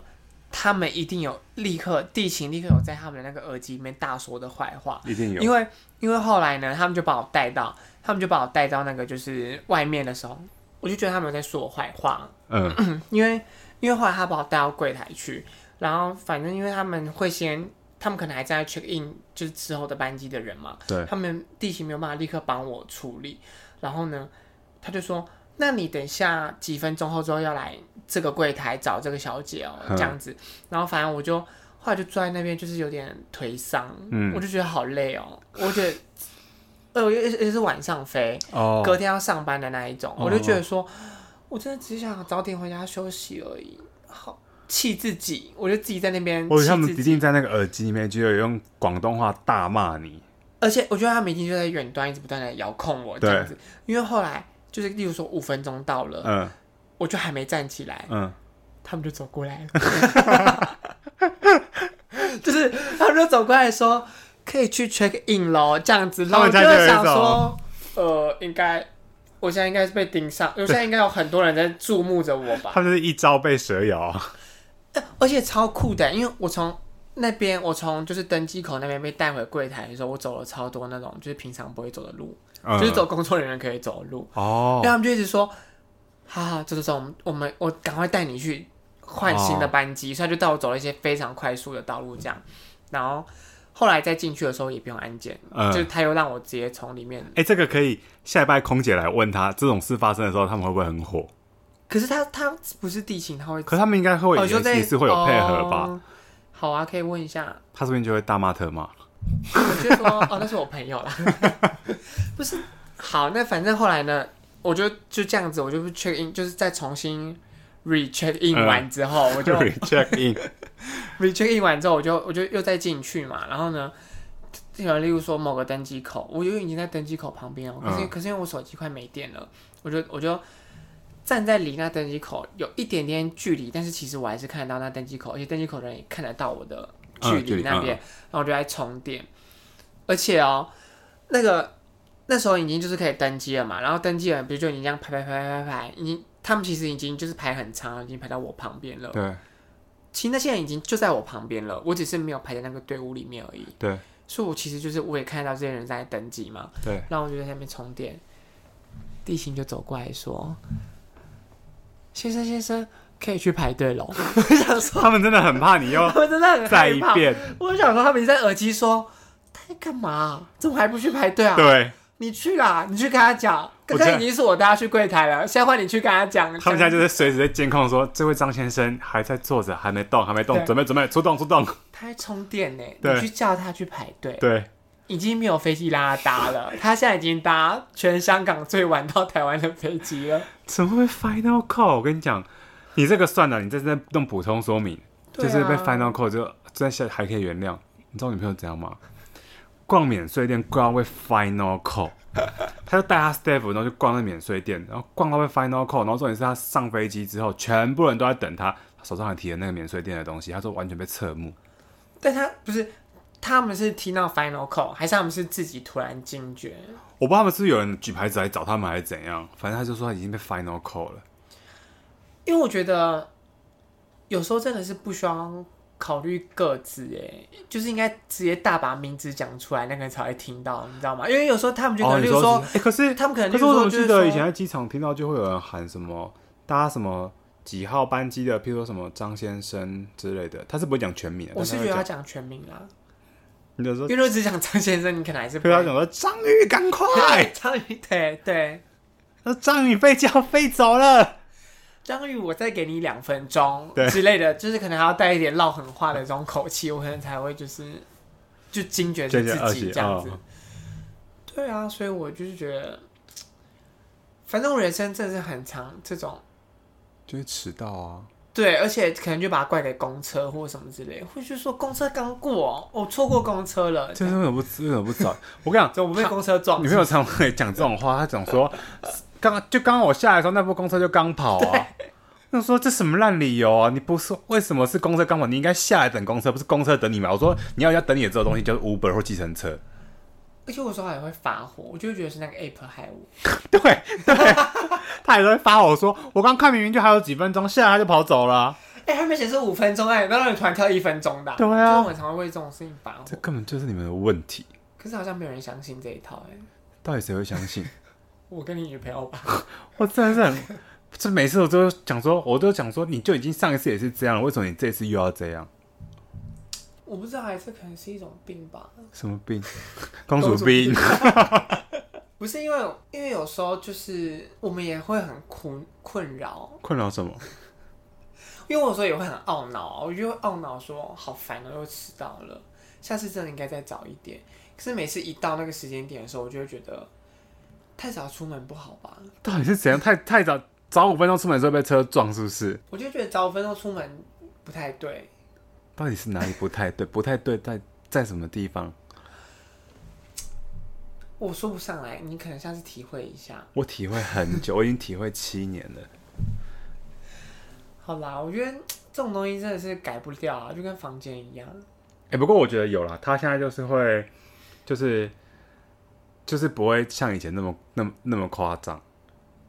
A: 他们一定有立刻地勤立刻有在他们的那个耳机里面大说我的坏话，
B: 一定有，
A: 因
B: 为
A: 为因为后来呢，他们就把我带到，他们就把我带到那个就是外面的时候，我就觉得他们有在说我坏话，
B: 嗯
A: 因为因为后来他把我带到柜台去，然后反正因为他们会先。他们可能还在 check in，就是之后的班机的人嘛，
B: 对，
A: 他们地勤没有办法立刻帮我处理，然后呢，他就说：“那你等一下几分钟后之后要来这个柜台找这个小姐哦，
B: 嗯
A: 这样子。”然后反正我就后来就坐在那边，就是有点颓丧，
B: 嗯
A: 我就觉得好累哦，我觉得，呃，我也也是晚上飞，
B: 哦
A: 隔天要上班的那一种，
B: 哦
A: 我就觉得说，我真的只想早点回家休息而已，好气自己，我就自己在那边
B: 我觉
A: 气
B: 得他们
A: 自
B: 一
A: 己，
B: 定在那个耳机里面就有用广东话大骂你，
A: 而且我觉得他们一定就在远端一直不断的遥控我这
B: 对
A: 样子，因为后来就是例如说五分钟到了，
B: 嗯
A: 我就还没站起来，
B: 嗯，
A: 他们就走过来了， 就是他们就走过来说可以去 check in 咯，这样子，然
B: 他
A: 后我
B: 们
A: 就
B: 才觉得
A: 会想
B: 走
A: 说，呃，应该我现在应该是被盯上，我现在应该有很多人在注目着我吧，
B: 他们就是一招被蛇咬，
A: 而且超酷的，因为我从。那边我从就是登机口那边被带回柜台的时候，我走了超多那种就是平常不会走的路，
B: 嗯
A: 就是走工作人员可以走的路。因为
B: 哦，
A: 他们就一直说，好好，走走走，我们我们我赶快带你去换新的班机，所以他就带我走了一些非常快速的道路，这样，然后后来再进去的时候也不用安检，
B: 嗯
A: 就是他又让我直接从里面。
B: 哎、这个可以下一拜空姐来问他，这种事发生的时候，他们会不会很火？
A: 可是他他不是地勤，他会
B: 可是他们应该会
A: 哦
B: 有
A: 你说在
B: 也是会有配合吧？
A: 哦好啊，可以问一下。
B: 他这边就会大骂特骂。
A: 我就说哦，那是我朋友啦， 不是。好，那反正后来呢，我就就这样子，我就是 check in，就是再重新 re check in
B: 嗯
A: 完之后，我就
B: check in，
A: re check in 完之后，我就我就又再进去嘛，然后呢。有例如说某个登机口，我又已经在登机口旁边了，可是、
B: 嗯
A: 可是因为我手机快没电了，我就我就站在离那登机口有一点点距离，但是其实我还是看得到那登机口，而且登机口的人也看得到我的距
B: 嗯距
A: 离
B: 离
A: 那边，然后我就在充电，而且哦，那个那时候已经就是可以登机了嘛，然后登机了，不是就已经这样排排排排排，已经他们其实已经就是排很长了，已经排到我旁边了。
B: 对
A: 其实那些人已经就在我旁边了，我只是没有排在那个队伍里面而已。
B: 对
A: 所以我其实就是我也看到这些人在登机嘛，
B: 对，
A: 然后我就在下面充电，地形就走过来说：“先生先生，可以去排队 喽。”我想说，
B: 他们真的很怕你要
A: 他们真的很
B: 再
A: 害
B: 一
A: 怕。
B: 遍。
A: 我想说，他们一直在耳机说：“他在干嘛、怎么还不去排队啊？
B: 对
A: 你去啦，你去跟他讲。刚
B: 我真
A: 刚
B: 的
A: 已经是我带他去柜台了，现在换你去跟他讲。”
B: 他们现在就是随时在监控说，这位张先生还在坐着，还没动，还没动
A: 对，
B: 准备准备出动出动。
A: 他在充电呢，你
B: 对
A: 去叫他去排队。
B: 对，
A: 已经没有飞机拉他搭 了，他现在已经搭全香港最晚到台湾的飞机了。
B: 怎么会 final call？我跟你讲，你这个算了，你这是在弄补充说明，
A: 对啊
B: 就是被 final call 就这下还可以原谅。你知道我女朋友怎样吗？逛免税店逛到被 final call，他就 带他 staff，然后就逛那免税店，然后逛到被 final call，然后重点是他上飞机之后，全部人都在等他，他手上还提着那个免税店的东西，他说完全被侧目。
A: 但他不是，他们是听到 final call，还是他们是自己突然惊觉？
B: 我不知道他们是不是有人举牌子来找他们，还是怎样，反正他就说他已经被 final call 了。
A: 因为我觉得有时候真的是不需要考虑各自，哎，就是应该直接大把名字讲出来，那个人才会听到，你知道吗？因为有时候他们就可
B: 哦，
A: 能，
B: 你
A: 例如说
B: 是，哎、可是
A: 他们可能
B: 可
A: 例
B: 是
A: 如
B: 我
A: 说
B: 怎么
A: 就是
B: 记
A: 说
B: 得以前在机场听到就会有人喊什么搭什么几号班机的，譬如说什么张先生之类的，他是不会讲全名的，
A: 我是
B: 但
A: 觉
B: 他
A: 得
B: 会
A: 要
B: 讲
A: 讲全名啦，
B: 你就说
A: 因，为如果只讲张先生，你可能还是
B: 譬如他讲说张宇赶快，
A: 对，张宇，对 对。
B: 他说张宇被叫飞走了，
A: 张宇，我再给你两分钟
B: 对
A: 之类的，就是可能还要带一点唠狠话的这种口气，我可能才会就是就惊觉是自己这样子。
B: 哦
A: 对啊，所以我就是觉得，反正我人生真的是很长这种
B: 就会迟到啊。
A: 对，而且可能就把它怪给公车或什么之类，或者就说公车刚过，哦我错过公车了，
B: 就是为什么不为什么不早？我跟你讲，
A: 怎么被公车撞
B: 女？朋友常会讲这种话，她讲说，刚刚就刚刚我下来的时候，那部公车就刚跑啊。那我说这什么烂理由啊！你不是为什么是公车刚跑？你应该下来等公车，不是公车等你嘛？我说你要要等你的这种东西就是 Uber 或计程车。
A: 而且我说还会发火，我就会觉得是那个 app 害我。
B: 对对，他也都会发我说，我刚看明明就还有几分钟，下来他就跑走了啊、
A: 哎、还没显示五分钟哎、那让你突然跳一分钟的、
B: 对啊
A: 就是我常会为这种事情发火。
B: 这根本就是你们的问题，
A: 可是好像没有人相信这一套哎、
B: 到底谁会相信？
A: 我跟你女朋友吧，
B: 我真的是很，这每次我都讲说，我都讲说，你就已经上一次也是这样了，为什么你这次又要这样？
A: 我不知道，还是可能是一种病吧。
B: 什么 病？公主病？
A: 不是因为，因为有时候就是我们也会很困困扰，
B: 困扰什么？
A: 因为我有时候也会很懊恼，我就会懊恼说好烦哦，又迟到了，下次真的应该再早一点。可是每次一到那个时间点的时候，我就会觉得太早出门不好吧？
B: 到底是怎样？太太早早五分钟出门的时候被车撞，是不是？
A: 我就觉得早五分钟出门不太对。
B: 到底是哪里不太对？不太对，在在什么地方？
A: 我说不上来，你可能下次体会一下。
B: 我体会很久，我已经体会七年了。
A: 好啦，我觉得这种东西真的是改不掉啊，就跟房间一样。
B: 哎、不过我觉得有啦，他现在就是会，就是就是不会像以前那么那么那么夸张，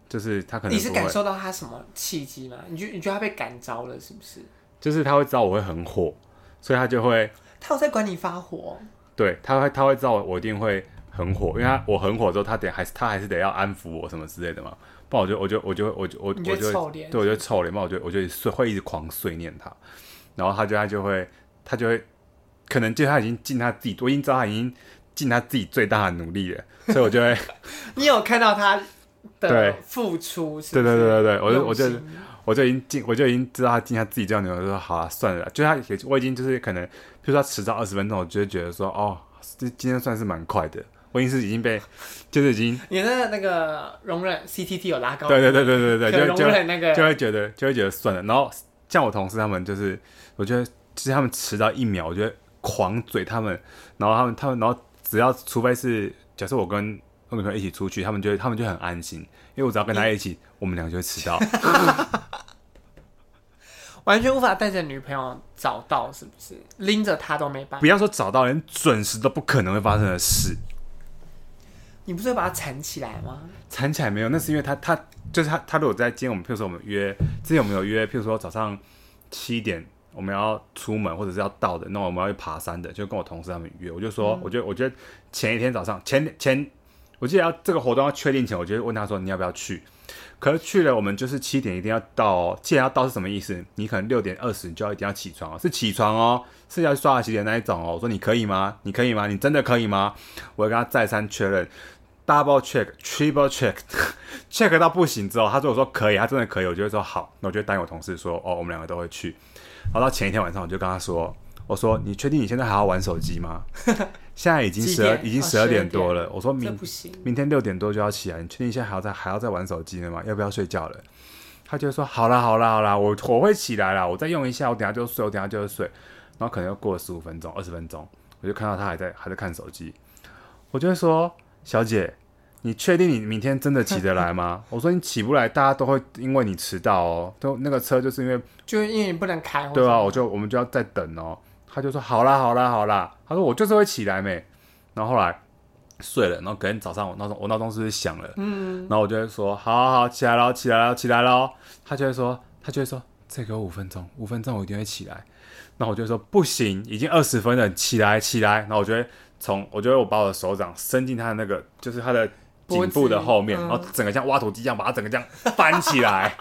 B: 就是他可能
A: 你是
B: 不会
A: 感受到他什么契机吗？你觉你觉得他被感召了是不是？
B: 就是他会知道我会很火，所以他就会
A: 他有在管你发火，
B: 对他会他会知道我一定会很火，因为
A: 嗯
B: 他我很火之后，他得还是他还是得要安抚我什么之类的嘛，不然我就我就我就我就我
A: 你
B: 我
A: 觉
B: 就
A: 得
B: 会
A: 臭脸？
B: 对，我就臭脸嘛，我就我就碎会一直狂碎念他，然后他就他就会他就会可能就他已经尽他自己，我已经知道他已经尽他自己最大的努力了，所以我就会，
A: 你有看到他的
B: 对
A: 付出是
B: 对对
A: 不是
B: 对对对，我就
A: 用
B: 我就
A: 心
B: 我就已经尽，我就已经知道他尽他自己这样努力，我就说好了，算了啦，就他也我已经就是可能，比如说他迟到二十分钟，我就会觉得说哦，这今天算是蛮快的，我已经是已经被，就是已经，
A: 你的那个容忍 CTT 有拉高，
B: 对对对对对
A: 可
B: 对，就
A: 容
B: 就
A: 忍那个
B: 就会觉得就会觉得算了。然后像我同事他们就是，我觉得其实他们迟到一秒，我觉得狂嘴他们，然后他们他们然后只要除非是假设我跟我女朋友一起出去，他们就会他们就很安心，因为我只要跟他一起，我们俩就会迟到。
A: 完全无法带着女朋友找到，是不是？拎着她都没办
B: 不
A: 法。
B: 要说找到，连准时都不可能会发生的事。
A: 你不是会把她缠起来吗？
B: 缠起来没有？那是因为他他就是他他如果在今天我们，譬如说我们约之前我们有约，譬如说早上七点我们要出门或者是要到的，那我们要去爬山的，就跟我同事他们约，我就说，我觉得我觉得前一天早上前前我记得要这个活动要确定前，我就问他说你要不要去。可是去了，我们就是七点一定要到。哦既然要到是什么意思？你可能六点二十你就要一定要起床哦，是起床哦，是要去刷牙洗脸那一种哦。我说你可以吗？你可以吗？你真的可以吗？我跟他再三确认，double check triple check check 到不行之后，他说我说可以，他真的可以，我就会说好，那我就答应我同事说哦，我们两个都会去。然后到前一天晚上，我就跟他说，我说你确定你现在还要玩手机吗？ 现在已经
A: 几
B: 十二
A: 点
B: 已经
A: 哦
B: 十二点
A: 12
B: 多了，我说
A: 这
B: 明
A: 不行，
B: 明天六点多就要起来，你确定现在还要再还要再玩手机呢吗？要不要睡觉了？他就会说好啦好啦好啦，我我会起来啦，我再用一下，我等下就睡，我等下就睡。然后可能又过了十五分钟、二十分钟，我就看到他还在还在看手机，我就会说小姐，你确定你明天真的起得来吗？我说你起不来，大家都会因为你迟到哦，都那个车就是因为
A: 就是因为你不能开。
B: 对啊，我就我们就要再等哦。他就说好啦好啦好啦，他说我就是会起来没。然后后来睡了，然后隔天早上我闹钟我闹钟是不是响了？嗯，然后我就会说好好好起来喽起来喽起来喽。他就会说他就会说再给我五分钟，五分钟我一定会起来。然后我就会说不行，已经二十分了，起来起来。然后我就会从我就会我把我的手掌伸进他的那个就是他的颈部的后面，
A: 脖子嗯
B: 然后整个像挖土机一样把它整个这样翻起来。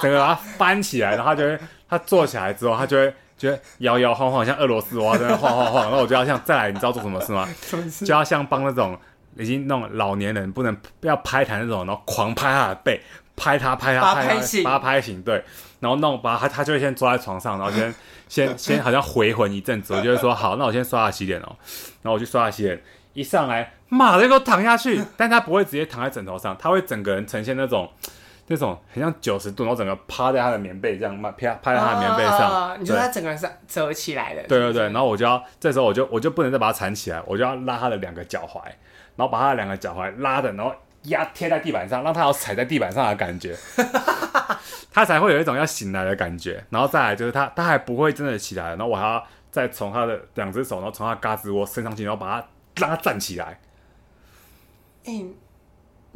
B: 整个把它翻起来，然后他就会，他坐起来之后，他就会觉得摇摇晃晃，像俄罗斯娃在那晃晃晃。然后我就要像再来，你知道做什么事吗？
A: 什么事？
B: 就要像帮那种已经那种老年人不能不要拍他那种，然后狂拍他的背，拍他拍
A: 把他
B: 他拍
A: 拍
B: 他
A: 醒
B: 把他拍醒，对，然后弄把他他就会先抓在床上，然 后先先先好像回魂一阵子，我就会说好，那我先刷牙洗脸哦，然后我去刷牙洗脸，一上来马上给我躺下去，但他不会直接躺在枕头上，他会整个人呈现那种。那种很像九十度，然后整个趴在他的棉被这样，趴趴在他的棉被上。
A: 啊
B: 对。
A: 你说她整个人是折起来的。
B: 对
A: 是
B: 对
A: 不
B: 对，
A: 是
B: 然后我就要这时候我就我就不能再把它缠起来，我就要拉他的两个脚踝，然后把他的两个脚踝拉着，然后压贴在地板上，让他有踩在地板上的感觉，他才会有一种要醒来的感觉。然后再来就是他他还不会真的起来，然后我还要再从他的两只手，然后从他的胳肢窝伸上去，然后把他让他站起来。
A: 哎、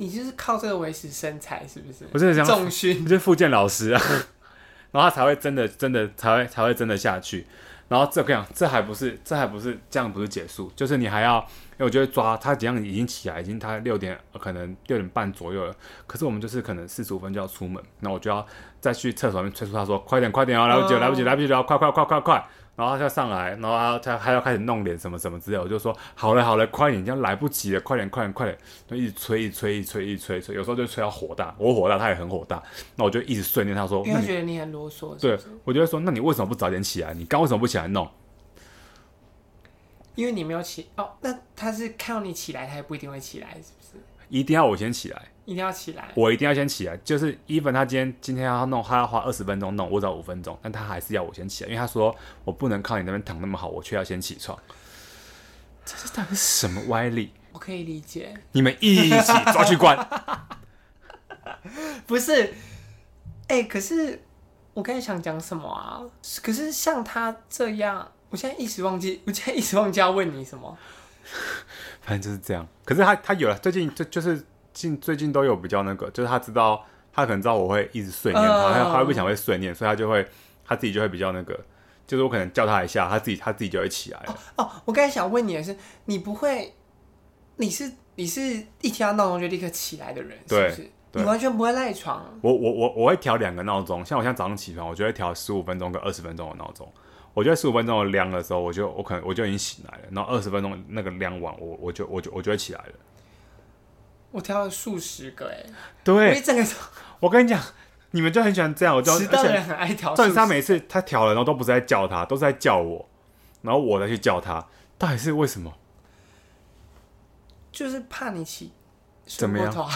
A: 你就是靠这个维持身材，是不是？
B: 我真的想
A: 重训
B: 你就是复健老师啊， 然后他才会真的真的才会才会真的下去。然后这个样，这还不是这还不是这样不是结束，就是你还要，因为我就会抓他怎样已经起来，已经他六点呃可能六点半左右了，可是我们就是可能四十五分就要出门，那我就要再去厕所里面催促他说快点快点哦，来不及了来不及了来不及了，快快快快快！然后他就上来，然后他他他要开始弄脸什么什么之类的，我就说好了好了，快点，这样来不及了，快点快点快点，就一直催一直催一直催一直催一直催，有时候就催到火大，我火大，他也很火大，那我就一直训练他说，
A: 因为
B: 那
A: 他
B: 你
A: 觉得你很啰嗦，是
B: 对
A: 不是
B: 我就会说，那你为什么不早点起来？你刚为什么不起来弄？
A: 因为你没有起哦，那他是看到你起来，他也不一定会起来，是不是？
B: 一定要我先起来，
A: 一定要起来，
B: 我一定要先起来。就是 even 他今天今天要弄，他要花二十分钟弄，我只要五分钟，但他还是要我先起来，因为他说我不能靠你那边躺那么好，我却要先起床。这是到底是什么歪理？
A: 我可以理解。
B: 你们一起抓去关。
A: 不是，哎、可是我刚才想讲什么啊？可是像他这样，我现在一时忘记，我现在一时忘记要问你什么。
B: 反正就是这样。可是他他有了，最近就就是近最近都有比较那个，就是他知道他可能知道我会一直碎念他，
A: 嗯
B: 他他会不想会碎念，所以他就会他自己就会比较那个，就是我可能叫他一下，他自己他自己就会起来了。
A: 哦，我刚才想问你的是，你不会，你是你是一听到闹钟就立刻起来的人，是
B: 对
A: 不是？
B: 对
A: 你完全不会赖床，
B: 我我我我会调两个闹钟，像我现在早上起床，我就会调十五分钟跟二十分钟的闹钟。我就在十五分钟的量的时候，我就我可能我就已经醒来了，然后二十分钟那个量完，我我就我就我就会起来了。
A: 我挑了数十个哎、我一
B: 对，
A: 整个
B: 我跟你讲，你们就很喜欢这样，我 就
A: 迟
B: 而
A: 到的
B: 且
A: 人很爱挑
B: 赵
A: 数
B: 云他
A: 十。
B: 每次他调了，然后都不是在叫他，都是在叫我，然后我再去叫他，到底是为什么？
A: 就是怕你起睡
B: 怎么
A: 过
B: 样
A: 头啊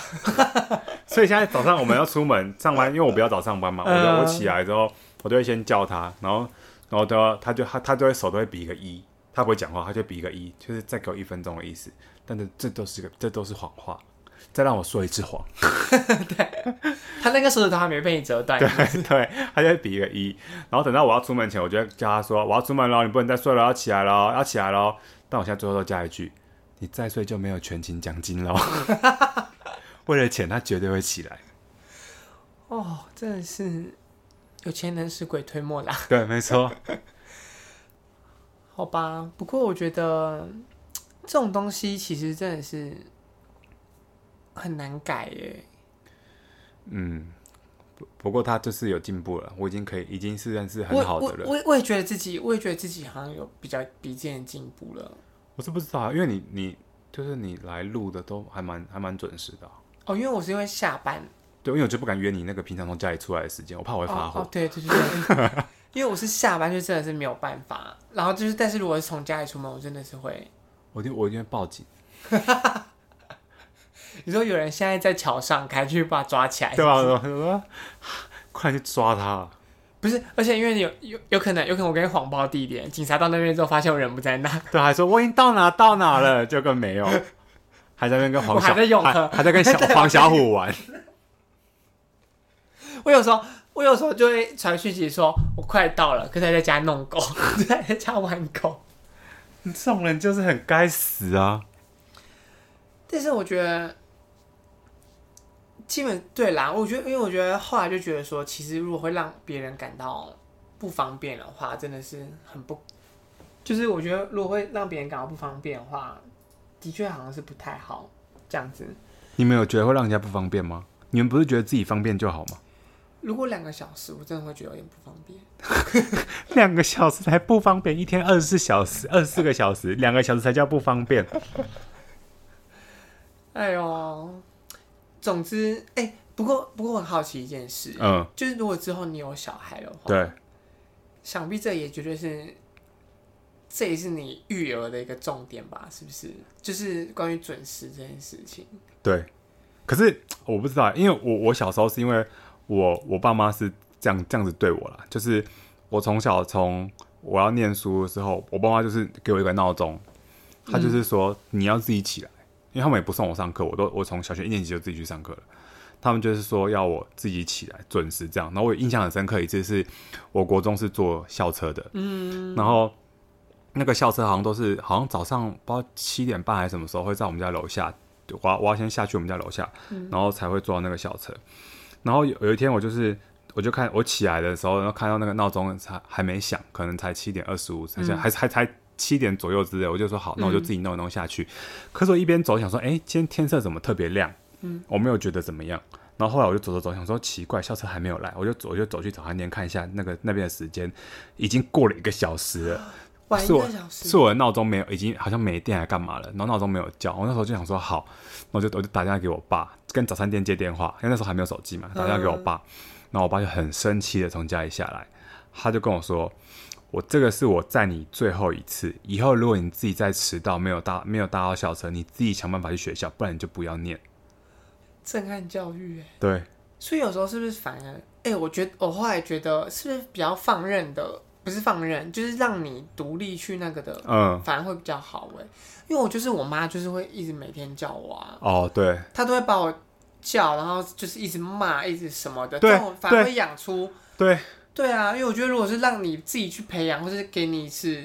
B: 所以现在早上我们要出门上班，因为我比较早上班嘛，我就
A: 嗯
B: 我起来之后，我就会先叫他，然后然后都要他就他他就会手都会比一个一，他不会讲话，他就比一个一，就是再给我一分钟的意思。但是这都是个这都是谎话，再让我说一次谎。
A: 他那个手指头还没被你折断，
B: 对，他就会比一个一，然后等到我要出门前，我就会叫他说我要出门了，你不能再睡了，要起来了，要起来了。但我现在最后都加一句，你再睡就没有全勤奖金了。 为了钱，他绝对会 起来。
A: 哦，真的是有钱能使鬼推磨啦。
B: 对，没错。
A: 好吧，不过我觉得嗯这种东西其实真的是很难改耶。
B: 嗯，不不过他就是有进步了，我已经可以，已经是认识
A: 我
B: 很好的人。
A: 我我我也觉得自己，我也觉得自己好像有比较比之前进步了。
B: 我是不知道啊，因为你你就是你来录的都还蛮还蛮准时的啊、
A: 哦，因为我是因为下班
B: 对，因为我就不敢约你那个平常从家里出来的时间，我怕我会发
A: 哦
B: 火。
A: 哦，对对对对， 因为我是下班就真的是没有办法。然后就是，但是如果是从家里出门，我真的是会。
B: 我一定我一定会报警，
A: 你说有人现在在桥上，赶紧去把他抓起来，
B: 对吧？我说 快点去抓他！啊
A: 不是，而且因为有有有可能，有可能我跟你谎报地点，警察到那边之后发现我人不在那，
B: 对，还说我已经到哪到哪 了，就跟没有，还在那边跟黄
A: 我
B: 小，
A: 还在永和
B: 还还在 跟小黄小虎玩。
A: 我有时候，我有时候就会传讯息说，我快到了，可是还在家弄狗， 还在家玩狗。
B: 这种人就是很该死啊！
A: 但是我觉得，基本对啦，我觉得，因为我觉得后来就觉得说，其实如果会让别人感到不方便的话，真的是很不，就是我觉得如果会让别人感到不方便的话，的确好像是不太好这样子。
B: 你们有觉得会让人家不方便吗？你们不是觉得自己方便就好吗？
A: 如果两个小时，我真的会觉得有点不方便。
B: 两个小时才不方便，一天二十四小时，二十四个小时，两个小时才叫不方便。
A: 哎呦，总之，哎、不过不过我很好奇一件事，
B: 嗯，
A: 就是如果之后你有小孩的话，
B: 对，
A: 想必这也绝对是，这也是你育儿的一个重点吧？是不是？就是关于准时这件事情。
B: 对。可是我不知道，因为我我小时候是因为我我爸妈是这样这样子对我啦，就是我从小从我要念书的时候，我爸妈就是给我一个闹钟，他就是说你要自己起来，因为他们也不送我上课，我都我从小学一年级就自己去上课了。他们就是说要我自己起来准时这样，然后我印象很深刻一次是，我国中是坐校车的，嗯，然后那个校车好像都是好像早上不知道七点半还是什么时候会在我们家楼下，我要我要先下去我们家楼下，然后才会坐到那个校车。然后有有一天我就是我就看我起来的时候，然后看到那个闹钟才还没响，可能才七点二十五，才像还是还才七点左右之类，我就说好，那我就自己弄一弄下去。可是我一边走想说，哎、今天天色怎么特别亮？嗯，我没有觉得怎么样。然后后来我就走走走，想说奇怪，校车还没有来，我就走我就走去早餐店看一下那个那边的时间，已经过了一个小时了。
A: 晚一
B: 是我
A: 个小时
B: 是，我的闹钟没有，已经好像没电还干嘛了，然后闹钟没有叫，我那时候就想说好，那我就我就打电话给我爸，跟早餐店接电话，因为那时候还没有手机嘛，打电话给
A: 嗯
B: 我爸，然后我爸就很生气的从家里下来，他就跟我说，我这个是我载你最后一次，以后如果你自己再迟到，没有搭没有搭到校车，你自己想办法去学校，不然你就不要念。
A: 震撼教育、哎，
B: 对，
A: 所以有时候是不是反而，哎、我觉得我后来觉得是不是比较放任的，不是放任，就是让你独立去那个的，
B: 嗯，
A: 反而会比较好、哎，因为我就是我妈，就是会一直每天叫我啊，
B: 哦，对，
A: 她都会把我叫，然后就是一直骂，一直什么的，
B: 对
A: 这种反而
B: 对
A: 会养出。
B: 对，
A: 对啊，因为我觉得如果是让你自己去培养，或是给你一次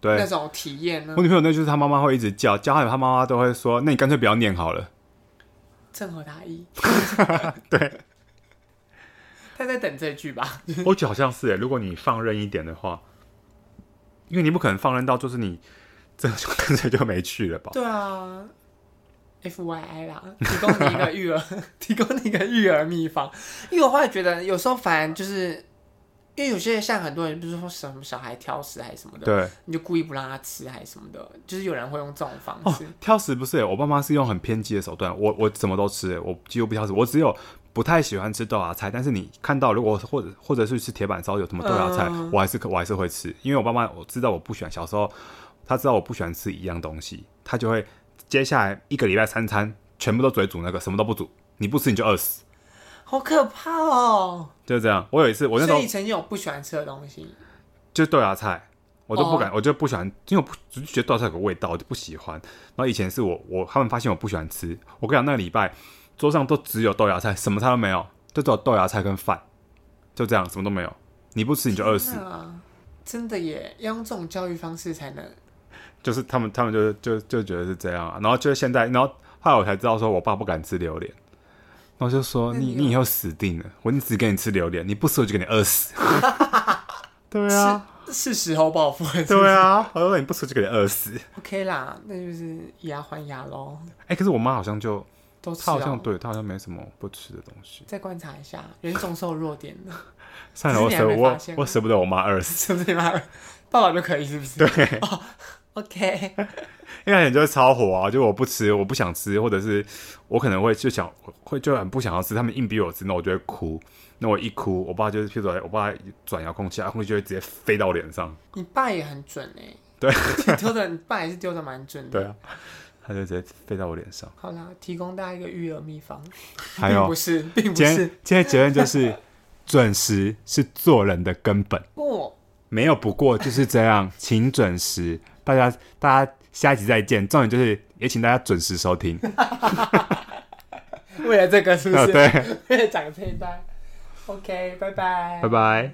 B: 对，
A: 那种体验呢
B: 我，女朋友那就是她妈妈会一直叫，叫她，她妈妈都会说，那你干脆不要念好了。
A: 正合他 意。对，他在等这一句吧？
B: 我觉得好像是哎，如果你放任一点的话，因为你不可能放任到就是你这就干脆就没去了吧？
A: 对啊，F Y I 啦，提供你一个 育儿，提供你一个育儿秘方。因为我后来觉得，有时候反而就是因为有些像很多人不是说什么小孩挑食还是什么的，
B: 对，
A: 你就故意不让他吃还是什么的，就是有人会用这种方
B: 哦
A: 式。，
B: 挑食不是耶，我爸妈是用很偏激的手段，我我什么都吃耶，欸我几乎不挑食，我只有不太喜欢吃豆芽菜，但是你看到如果或者或者是吃铁板烧有什么豆芽菜，
A: 嗯
B: 我还是可我还是会吃，因为我爸妈我知道我不喜欢，小时候他知道我不喜欢吃一样东西，他就会接下来一个礼拜三餐全部都嘴煮那个，什么都不煮，你不吃你就饿死，
A: 好可怕哦！
B: 就是这样。我有一次我那时
A: 所
B: 候
A: 以你曾经有不喜欢吃的东西，
B: 就是豆芽菜，我都不敢，我就不喜欢，因为我不就觉得豆芽菜有个味道，我就不喜欢。然后以前是我我他们发现我不喜欢吃，我跟你讲那个礼拜桌上都只有豆芽菜，什么菜都没有，就只有豆芽菜跟饭，就这样什么都没有。你不吃你就饿死，
A: 啊，真的耶，要用这种教育方式才能。
B: 就是他们他们就就就觉得是这样、啊。然后就是现在，然后后来我才知道说我爸不敢吃榴莲。然后就说
A: 那
B: 你
A: 你
B: 你以后死定了，我只给你吃榴莲，你不吃我就给你饿死。对啊，
A: 是是时候报复了，是不是
B: 对啊，我说你不吃就给你饿死。
A: ，OK 啦，那就是以牙还牙喽，
B: 哎、可是我妈好像就
A: 都吃
B: 他好像
A: 哦。
B: 对他好像没什么不吃的东西。
A: 再观察一下，人总是有弱点的，
B: 算了，我
A: 只是
B: 舍
A: 你还没
B: 我
A: 发现啊
B: 我舍不得我妈饿死，
A: 是不是嘛？爸爸就可以，是不是？对。哦，OK，
B: 因为很就是超火啊，就我不吃，我不想吃，或者是我可能会就想会就很不想要吃，他们硬逼我吃，那我就会哭。那我一哭，我爸就是譬如说，我爸转遥控器，遥控器就会直接飞到我脸上。
A: 你爸也很准哎。
B: 对。
A: 你丢的，你爸也是丢的蛮准的。
B: 对啊，他就直接飞到我脸上。
A: 好啦，提供大家一个育儿秘方，
B: 还
A: 并
B: 有
A: 不，是，并不
B: 哦今天
A: 是。
B: 今天结论就是，准时是做人的根本。
A: 不，
B: 没有不过就是这样，请准时。大家大家下一集再见。重点就是也请大家准时收听。
A: 为了这个是不
B: 啊，
A: 是？
B: 对，
A: 为了讲这一段。OK，拜拜。
B: 拜拜。